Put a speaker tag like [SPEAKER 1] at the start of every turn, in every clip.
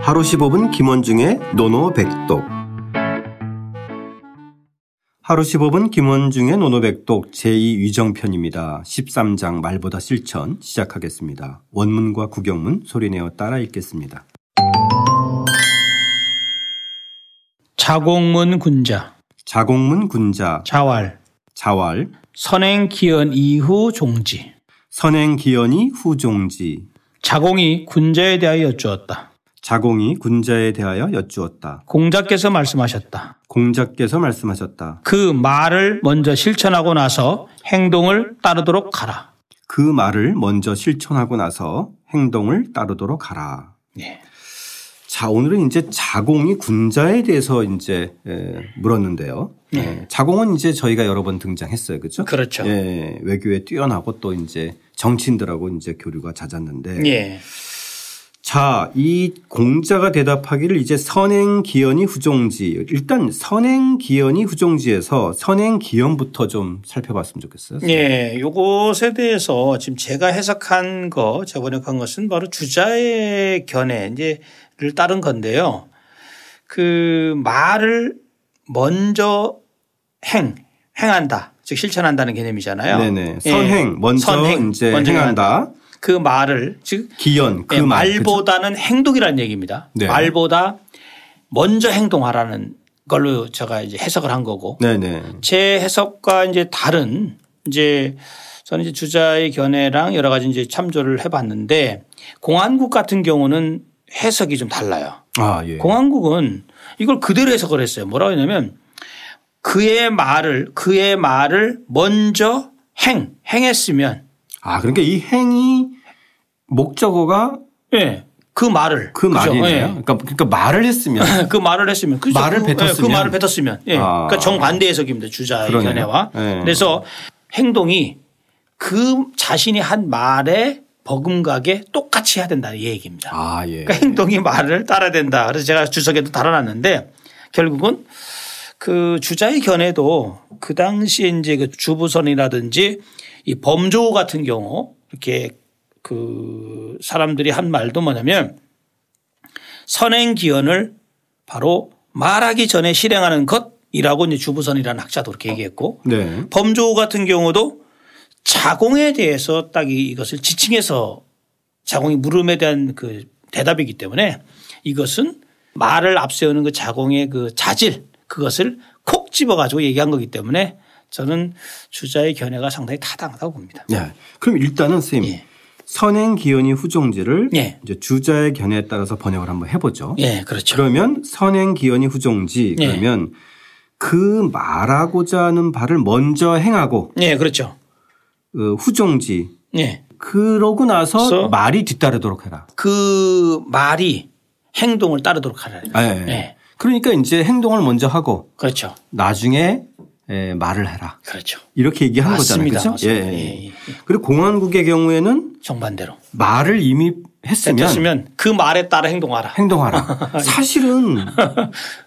[SPEAKER 1] 하루 15분 김원중의 노노백독 하루 15분 김원중의 노노백독 제2위정편입니다. 13장 말보다 실천 시작하겠습니다. 원문과 구경문 소리내어 따라 읽겠습니다.
[SPEAKER 2] 자공문 군자,
[SPEAKER 1] 자공문 군자
[SPEAKER 2] 자왈,
[SPEAKER 1] 자왈
[SPEAKER 2] 선행 기원 이후 종지.
[SPEAKER 1] 선행 기연이 후종지
[SPEAKER 2] 자공이 군자에 대하여 여쭈었다.
[SPEAKER 1] 자공이 군자에 대하여 여쭈었다.
[SPEAKER 2] 공자께서 말씀하셨다.
[SPEAKER 1] 공자께서 말씀하셨다.
[SPEAKER 2] 그 말을 먼저 실천하고 나서 행동을 따르도록 하라.
[SPEAKER 1] 그 말을 먼저 실천하고 나서 행동을 따르도록 하라.
[SPEAKER 2] 예.
[SPEAKER 1] 자, 오늘은 이제 자공이 군자에 대해서 이제 에, 물었는데요. 예, 자공은 이제 저희가 여러 번 등장했어요. 그렇죠?
[SPEAKER 2] 그렇죠.
[SPEAKER 1] 예, 외교에 뛰어나고 또 이제 정치인들하고 이제 교류가 잦았는데
[SPEAKER 2] 예.
[SPEAKER 1] 자, 이 공자가 대답하기를 이제 선행 기연이 후종지. 일단 선행 기연이 후종지에서 선행 기연부터 좀 살펴봤으면 좋겠어요. 네.
[SPEAKER 2] 예, 요것에 대해서 지금 제가 해석한 거, 제가 번역한 것은 바로 주자의 견해, 이제를 따른 건데요. 그 말을 먼저 행, 행한다. 즉 실천한다는 개념이잖아요.
[SPEAKER 1] 네, 네.
[SPEAKER 2] 예.
[SPEAKER 1] 선행 먼저
[SPEAKER 2] 선행,
[SPEAKER 1] 이제
[SPEAKER 2] 먼저
[SPEAKER 1] 행한다.
[SPEAKER 2] 그 말을, 즉,
[SPEAKER 1] 기연 그
[SPEAKER 2] 예,
[SPEAKER 1] 말. 그죠?
[SPEAKER 2] 말보다는 행동이라는 얘기입니다.
[SPEAKER 1] 네.
[SPEAKER 2] 말보다 먼저 행동하라는 걸로 제가 이제 해석을 한 거고.
[SPEAKER 1] 네, 네.
[SPEAKER 2] 제 해석과 이제 다른 이제 저는 이제 주자의 견해랑 여러 가지 이제 참조를 해봤는데 공안국 같은 경우는 해석이 좀 달라요.
[SPEAKER 1] 아, 예.
[SPEAKER 2] 공안국은 이걸 그대로 해석을 했어요. 뭐라고 했냐면 그의 말을 그의 말을 먼저 행 행했으면
[SPEAKER 1] 아, 그러니까 이 행위 목적어가
[SPEAKER 2] 예 그 말을
[SPEAKER 1] 그
[SPEAKER 2] 그죠?
[SPEAKER 1] 말이네요.
[SPEAKER 2] 예.
[SPEAKER 1] 그러니까, 그러니까 말을 했으면
[SPEAKER 2] 그 말을 했으면 그죠?
[SPEAKER 1] 말을
[SPEAKER 2] 그, 예,
[SPEAKER 1] 뱉었으면.
[SPEAKER 2] 그 말을 뱉었으면 예.
[SPEAKER 1] 아.
[SPEAKER 2] 그러니까 정반대 해석입니다 주자의
[SPEAKER 1] 그러네요.
[SPEAKER 2] 견해와
[SPEAKER 1] 예.
[SPEAKER 2] 그래서 행동이 그 자신이 한 말에 버금가게 똑같이 해야 된다는 이 얘기입니다.
[SPEAKER 1] 아 예.
[SPEAKER 2] 그러니까 행동이 말을 따라야 된다. 그래서 제가 주석에도 달아놨는데 결국은 그 주자의 견해도 그 당시에 이제 그 주부선이라든지 이 범조우 같은 경우 이렇게 그 사람들이 한 말도 뭐냐면 선행 기원을 바로 말하기 전에 실행하는 것이라고 이제 주부선이라는 학자도 그렇게 얘기했고
[SPEAKER 1] 네.
[SPEAKER 2] 범조우 같은 경우도 자공에 대해서 딱 이- 이것을 지칭해서 자공이 물음에 대한 그 대답이기 때문에 이것은 말을 앞세우는 그 자공의 그 자질 그것을 콕 집어 가지고 얘기한 거기 때문에 저는 주자의 견해가 상당히 타당하다고 봅니다.
[SPEAKER 1] 예. 그럼 일단은 선생님
[SPEAKER 2] 예.
[SPEAKER 1] 선행 기연이 후종지를
[SPEAKER 2] 예.
[SPEAKER 1] 이제 주자의 견해에 따라서 번역을 한번 해보죠.
[SPEAKER 2] 예, 그렇죠.
[SPEAKER 1] 그러면 선행 기연이 후종지
[SPEAKER 2] 예.
[SPEAKER 1] 그러면 그 말하고자 하는 바를 먼저 행하고
[SPEAKER 2] 예, 그렇죠.
[SPEAKER 1] 어, 후종지
[SPEAKER 2] 예.
[SPEAKER 1] 그러고 나서
[SPEAKER 2] 그래서
[SPEAKER 1] 말이 뒤따르도록 해라.
[SPEAKER 2] 그 말이 행동을 따르도록 하라.
[SPEAKER 1] 아, 예.
[SPEAKER 2] 예.
[SPEAKER 1] 그러니까 이제 행동을 먼저 하고
[SPEAKER 2] 그렇죠.
[SPEAKER 1] 나중에 에, 말을 해라.
[SPEAKER 2] 그렇죠.
[SPEAKER 1] 이렇게 얘기한 거잖아요.
[SPEAKER 2] 맞습니다.
[SPEAKER 1] 그렇죠?
[SPEAKER 2] 맞습니다.
[SPEAKER 1] 예, 예.
[SPEAKER 2] 예, 예, 예.
[SPEAKER 1] 그리고 공안국의 경우에는
[SPEAKER 2] 정반대로.
[SPEAKER 1] 말을 이미 했으면
[SPEAKER 2] 했으면 그 말에 따라 행동하라.
[SPEAKER 1] 행동하라. 사실은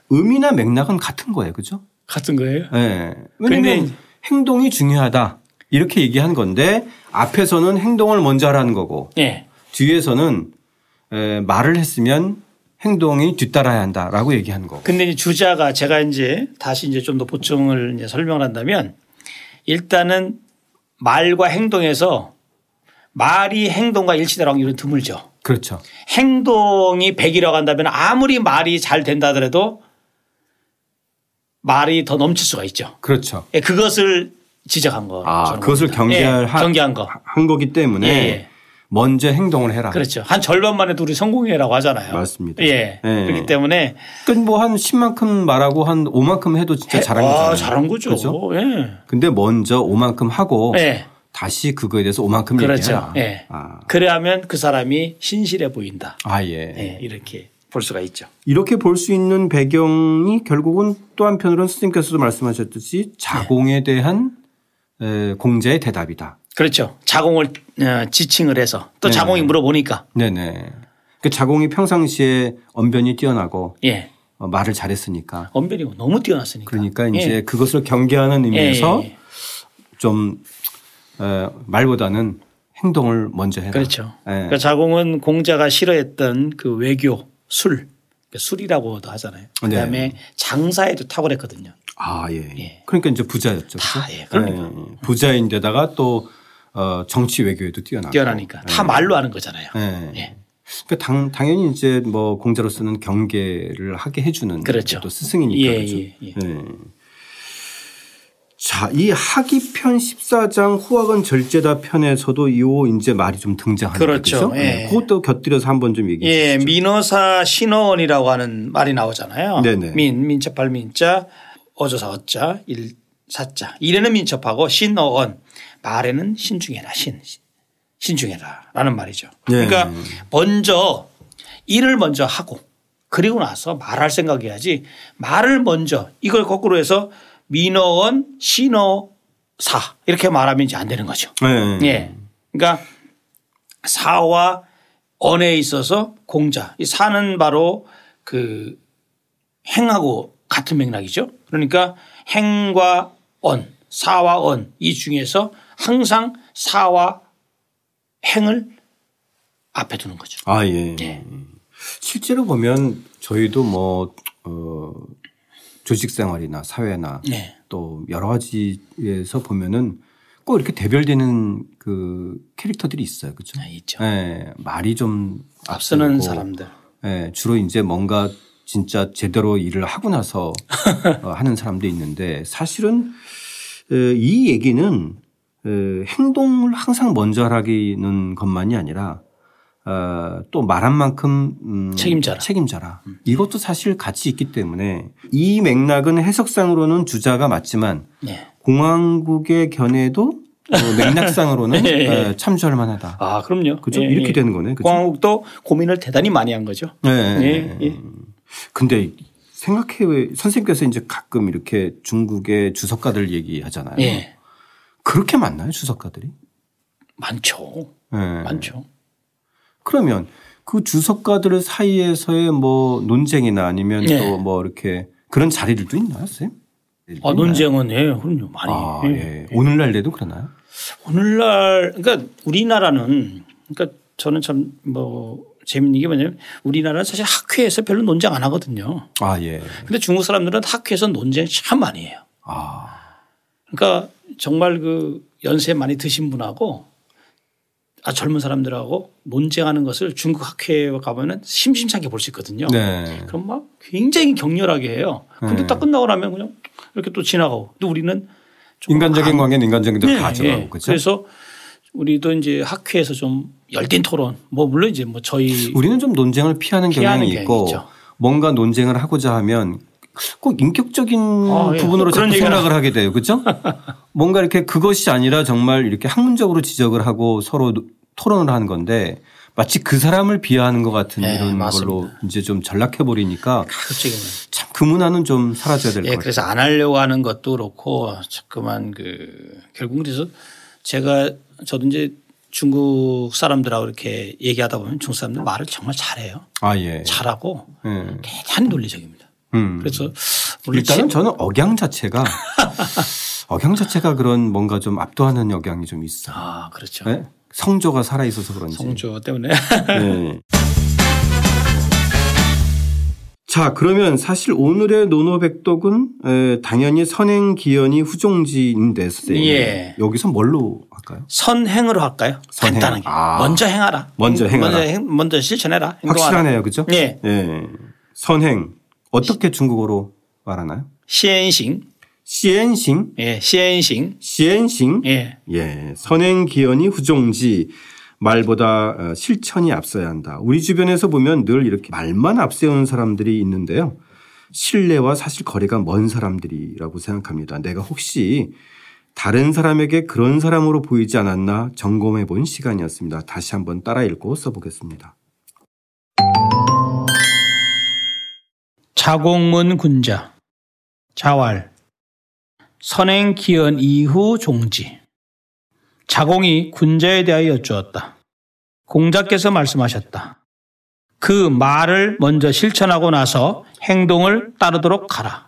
[SPEAKER 1] 의미나 맥락은 같은 거예요. 그죠?
[SPEAKER 2] 같은 거예요?
[SPEAKER 1] 예.
[SPEAKER 2] 근데
[SPEAKER 1] 왜냐면 행동이 중요하다. 이렇게 얘기한 건데 앞에서는 행동을 먼저 하라는 거고
[SPEAKER 2] 예.
[SPEAKER 1] 뒤에서는 에, 말을 했으면 행동이 뒤따라야 한다라고 얘기한 거고.
[SPEAKER 2] 근데 이제 주자가 제가 이제 다시 이제 좀 더 보충을 이제 설명을 한다면 일단은 말과 행동에서 말이 행동과 일치되는 확률은 드물죠.
[SPEAKER 1] 그렇죠.
[SPEAKER 2] 행동이 100이라고 한다면 아무리 말이 잘 된다 하더라도 말이 더 넘칠 수가 있죠.
[SPEAKER 1] 그렇죠.
[SPEAKER 2] 예, 그것을 지적한 거.
[SPEAKER 1] 아,
[SPEAKER 2] 저는
[SPEAKER 1] 그것을
[SPEAKER 2] 봅니다.
[SPEAKER 1] 경계할
[SPEAKER 2] 예,
[SPEAKER 1] 하- 아.
[SPEAKER 2] 경계한 거.
[SPEAKER 1] 한 거기 때문에
[SPEAKER 2] 예, 예.
[SPEAKER 1] 먼저 행동을 해라.
[SPEAKER 2] 그렇죠. 한 절반만 해도 우리 성공이라고 하잖아요.
[SPEAKER 1] 맞습니다.
[SPEAKER 2] 예.
[SPEAKER 1] 예.
[SPEAKER 2] 그렇기 때문에
[SPEAKER 1] 그러니까 뭐한 10만큼 말하고 한 5만큼 해도 진짜 잘한
[SPEAKER 2] 아,
[SPEAKER 1] 거잖아요. 그렇죠?
[SPEAKER 2] 잘한 거죠.
[SPEAKER 1] 그죠? 어.
[SPEAKER 2] 예.
[SPEAKER 1] 근데 먼저 5만큼 하고
[SPEAKER 2] 예.
[SPEAKER 1] 다시 그거에 대해서 5만큼
[SPEAKER 2] 그렇죠.
[SPEAKER 1] 얘기해라.
[SPEAKER 2] 예.
[SPEAKER 1] 아,
[SPEAKER 2] 그래야면 그 사람이 신실해 보인다.
[SPEAKER 1] 아, 예.
[SPEAKER 2] 예, 이렇게 볼 수가 있죠.
[SPEAKER 1] 이렇게 볼 수 있는 배경이 결국은 또 한편으로는 스님께서도 말씀하셨듯이
[SPEAKER 2] 예.
[SPEAKER 1] 자공에 대한 에, 공자의 대답이다.
[SPEAKER 2] 그렇죠. 자공을 어, 지칭을 해서 또
[SPEAKER 1] 네.
[SPEAKER 2] 자공이 물어보니까
[SPEAKER 1] 네네. 그 자공이 평상시에 언변이 뛰어나고
[SPEAKER 2] 예
[SPEAKER 1] 어, 말을 잘했으니까.
[SPEAKER 2] 언변이 너무 뛰어났으니까.
[SPEAKER 1] 그러니까
[SPEAKER 2] 예.
[SPEAKER 1] 이제 그것을 경계하는
[SPEAKER 2] 예, 예,
[SPEAKER 1] 의미에서
[SPEAKER 2] 예.
[SPEAKER 1] 좀 에, 말보다는 행동을 먼저 해라.
[SPEAKER 2] 그렇죠.
[SPEAKER 1] 예.
[SPEAKER 2] 그러니까 자공은 공자가 싫어했던 그 외교 술, 술이라고도
[SPEAKER 1] 네.
[SPEAKER 2] 하잖아요. 그 다음에 장사에도 탁월했거든요.
[SPEAKER 1] 아, 예. 그러니까 이제 부자였죠. 그죠?
[SPEAKER 2] 다, 예, 그러니까.
[SPEAKER 1] 예, 부자인데다가 또 어, 정치 외교에도 뛰어나고.
[SPEAKER 2] 뛰어나니까 다
[SPEAKER 1] 네.
[SPEAKER 2] 말로 하는 거잖아요.
[SPEAKER 1] 예.
[SPEAKER 2] 예.
[SPEAKER 1] 그러니까 당, 당연히 이제 뭐 공자로서는 경계를 하게 해주는
[SPEAKER 2] 그렇죠.
[SPEAKER 1] 또 스승이니까
[SPEAKER 2] 예,
[SPEAKER 1] 그죠.
[SPEAKER 2] 예, 예.
[SPEAKER 1] 자, 이 하기편 14장 후학은 절제다 편에서도 요 이제 말이 좀 등장하는
[SPEAKER 2] 그렇죠.
[SPEAKER 1] 거죠.
[SPEAKER 2] 예.
[SPEAKER 1] 그것도 곁들여서 한번 좀 얘기해 주시죠.
[SPEAKER 2] 예, 민어사 신어원이라고 하는 말이 나오잖아요.
[SPEAKER 1] 네네.
[SPEAKER 2] 민, 민첩할 민자, 어조사 어자, 일사자. 이래는 민첩하고 신어원, 말에는 신중해라, 신. 신중해라. 라는 말이죠.
[SPEAKER 1] 네.
[SPEAKER 2] 그러니까 먼저 일을 먼저 하고 그리고 나서 말할 생각해야지 말을 먼저 이걸 거꾸로 해서 민어원, 신어사 이렇게 말하면 이제 안 되는 거죠.
[SPEAKER 1] 예.
[SPEAKER 2] 예. 그러니까 사와 언에 있어서 공자. 이 사는 바로 그 행하고 같은 맥락이죠. 그러니까 행과 언, 사와 언 이 중에서 항상 사와 행을 앞에 두는 거죠.
[SPEAKER 1] 아, 예.
[SPEAKER 2] 예.
[SPEAKER 1] 실제로 보면 저희도 뭐, 어, 조직 생활이나 사회나
[SPEAKER 2] 네.
[SPEAKER 1] 또 여러 가지에서 보면은 꼭 이렇게 대별되는 그 캐릭터들이 있어요. 그죠?
[SPEAKER 2] 네, 있죠.
[SPEAKER 1] 예. 말이 좀
[SPEAKER 2] 앞서는
[SPEAKER 1] 앞서고,
[SPEAKER 2] 사람들.
[SPEAKER 1] 예. 주로 이제 뭔가 진짜 제대로 일을 하고 나서 어, 하는 사람도 있는데 사실은 에, 이 얘기는 에, 행동을 항상 먼저 하라는 것만이 아니라 어, 또 말한 만큼 음,
[SPEAKER 2] 책임져라. 음.
[SPEAKER 1] 책임져라. 이것도 사실 같이 있기 때문에 이 맥락은 해석상으로는 주자가 맞지만
[SPEAKER 2] 네.
[SPEAKER 1] 공항국의 견해도 어, 맥락상으로는
[SPEAKER 2] 예, 예.
[SPEAKER 1] 에, 참조할 만하다.
[SPEAKER 2] 아, 그럼요.
[SPEAKER 1] 그죠?
[SPEAKER 2] 예,
[SPEAKER 1] 이렇게
[SPEAKER 2] 예.
[SPEAKER 1] 되는 거네. 그죠?
[SPEAKER 2] 공항국도 고민을 대단히 많이 한 거죠.
[SPEAKER 1] 예.
[SPEAKER 2] 예, 예.
[SPEAKER 1] 근데 생각해 왜 선생님께서 이제 가끔 이렇게 중국의 주석가들 얘기하잖아요.
[SPEAKER 2] 예.
[SPEAKER 1] 그렇게 많나요 주석가들이?
[SPEAKER 2] 많죠.
[SPEAKER 1] 예.
[SPEAKER 2] 많죠.
[SPEAKER 1] 그러면 그 주석가들 사이에서의 뭐 논쟁이나 아니면
[SPEAKER 2] 예.
[SPEAKER 1] 또 뭐 이렇게 그런 자리들도 있나요, 선생님?
[SPEAKER 2] 아, 논쟁은 예, 그럼요. 많이.
[SPEAKER 1] 아,
[SPEAKER 2] 예.
[SPEAKER 1] 예. 오늘날에도 그러나요?
[SPEAKER 2] 오늘날 그러니까 우리나라는 그러니까 저는 참 뭐 재밌는 게 뭐냐면 우리나라는 사실 학회에서 별로 논쟁 안 하거든요.
[SPEAKER 1] 아, 예.
[SPEAKER 2] 근데 중국 사람들은 학회에서 논쟁 참 많이 해요.
[SPEAKER 1] 아,
[SPEAKER 2] 그러니까 정말 그 연세 많이 드신 분하고 아 젊은 사람들하고 논쟁하는 것을 중국 학회에 가면은 심심찮게 볼 수 있거든요.
[SPEAKER 1] 네.
[SPEAKER 2] 그럼 막 굉장히 격렬하게 해요. 근데
[SPEAKER 1] 네.
[SPEAKER 2] 딱 끝나고 나면 그냥 이렇게 또 지나가고. 근데 우리는 좀
[SPEAKER 1] 인간적인 관계는 인간적인 데로
[SPEAKER 2] 네,
[SPEAKER 1] 가져가고
[SPEAKER 2] 예.
[SPEAKER 1] 그렇죠.
[SPEAKER 2] 그래서 우리도 이제 학회에서 좀 열띤 토론. 뭐 물론 이제 뭐 저희
[SPEAKER 1] 우리는 좀 논쟁을 피하는
[SPEAKER 2] 피하는
[SPEAKER 1] 경향이
[SPEAKER 2] 경향이
[SPEAKER 1] 있고
[SPEAKER 2] 있죠.
[SPEAKER 1] 뭔가 논쟁을 하고자 하면 꼭 인격적인
[SPEAKER 2] 아, 예.
[SPEAKER 1] 부분으로
[SPEAKER 2] 그런
[SPEAKER 1] 자꾸
[SPEAKER 2] 얘기를
[SPEAKER 1] 생각을 하게 돼요. 그렇죠? 뭔가 이렇게 그것이 아니라 정말 이렇게 학문적으로 지적을 하고 서로 노- 토론을 하는 건데 마치 그 사람을 비하하는 것 같은
[SPEAKER 2] 네,
[SPEAKER 1] 이런
[SPEAKER 2] 맞습니다.
[SPEAKER 1] 걸로 이제 좀 전락해 버리니까
[SPEAKER 2] 가급적이면
[SPEAKER 1] 참 그 문화는 좀 사라져야 될 것
[SPEAKER 2] 예,
[SPEAKER 1] 같아요.
[SPEAKER 2] 그래서 안 하려고 하는 것도 그렇고 자꾸만 그 결국 그래서 제가 저도 이제 중국 사람들하고 이렇게 얘기하다 보면 중국 사람들 말을 정말 잘해요.
[SPEAKER 1] 아 예.
[SPEAKER 2] 잘하고
[SPEAKER 1] 예.
[SPEAKER 2] 대단히 논리적입니다.
[SPEAKER 1] 음.
[SPEAKER 2] 그래서 물론
[SPEAKER 1] 일단은 저는 억양 자체가 억양 자체가 그런 뭔가 좀 압도하는 억양이 좀 네, 있어. 요
[SPEAKER 2] 아 그렇죠.
[SPEAKER 1] 성조가 살아 있어서 그런지.
[SPEAKER 2] 성조 때문에
[SPEAKER 1] 네. 자, 그러면 사실 오늘의 노노백독은 에, 당연히 선행 기연이 후종지인데 선생님.
[SPEAKER 2] 예.
[SPEAKER 1] 여기서 뭘로 할까요?
[SPEAKER 2] 선행으로 할까요?
[SPEAKER 1] 선행.
[SPEAKER 2] 간단하게
[SPEAKER 1] 아.
[SPEAKER 2] 먼저 행하라.
[SPEAKER 1] 먼저 행하라.
[SPEAKER 2] 먼저, 행- 먼저 실천해라. 행동하라.
[SPEAKER 1] 확실하네요, 그죠?
[SPEAKER 2] 예.
[SPEAKER 1] 예. 선행 어떻게 중국어로 말하나요?
[SPEAKER 2] 시엔싱.
[SPEAKER 1] 시엔싱,
[SPEAKER 2] 예, 시엔싱.
[SPEAKER 1] 시엔싱.
[SPEAKER 2] 예.
[SPEAKER 1] 예, 선행 기연이 후종지 말보다 어, 실천이 앞서야 한다. 우리 주변에서 보면 늘 이렇게 말만 앞세우는 사람들이 있는데요. 신뢰와 사실 거리가 먼 사람들이라고 생각합니다. 내가 혹시 다른 사람에게 그런 사람으로 보이지 않았나 점검해 본 시간이었습니다. 다시 한번 따라 읽고 써보겠습니다.
[SPEAKER 2] 자공문 군자. 자활. 선행 기원 이후 종지. 자공이 군자에 대하여 여쭈었다. 공자께서 말씀하셨다. 그 말을 먼저 실천하고 나서 행동을 따르도록 하라.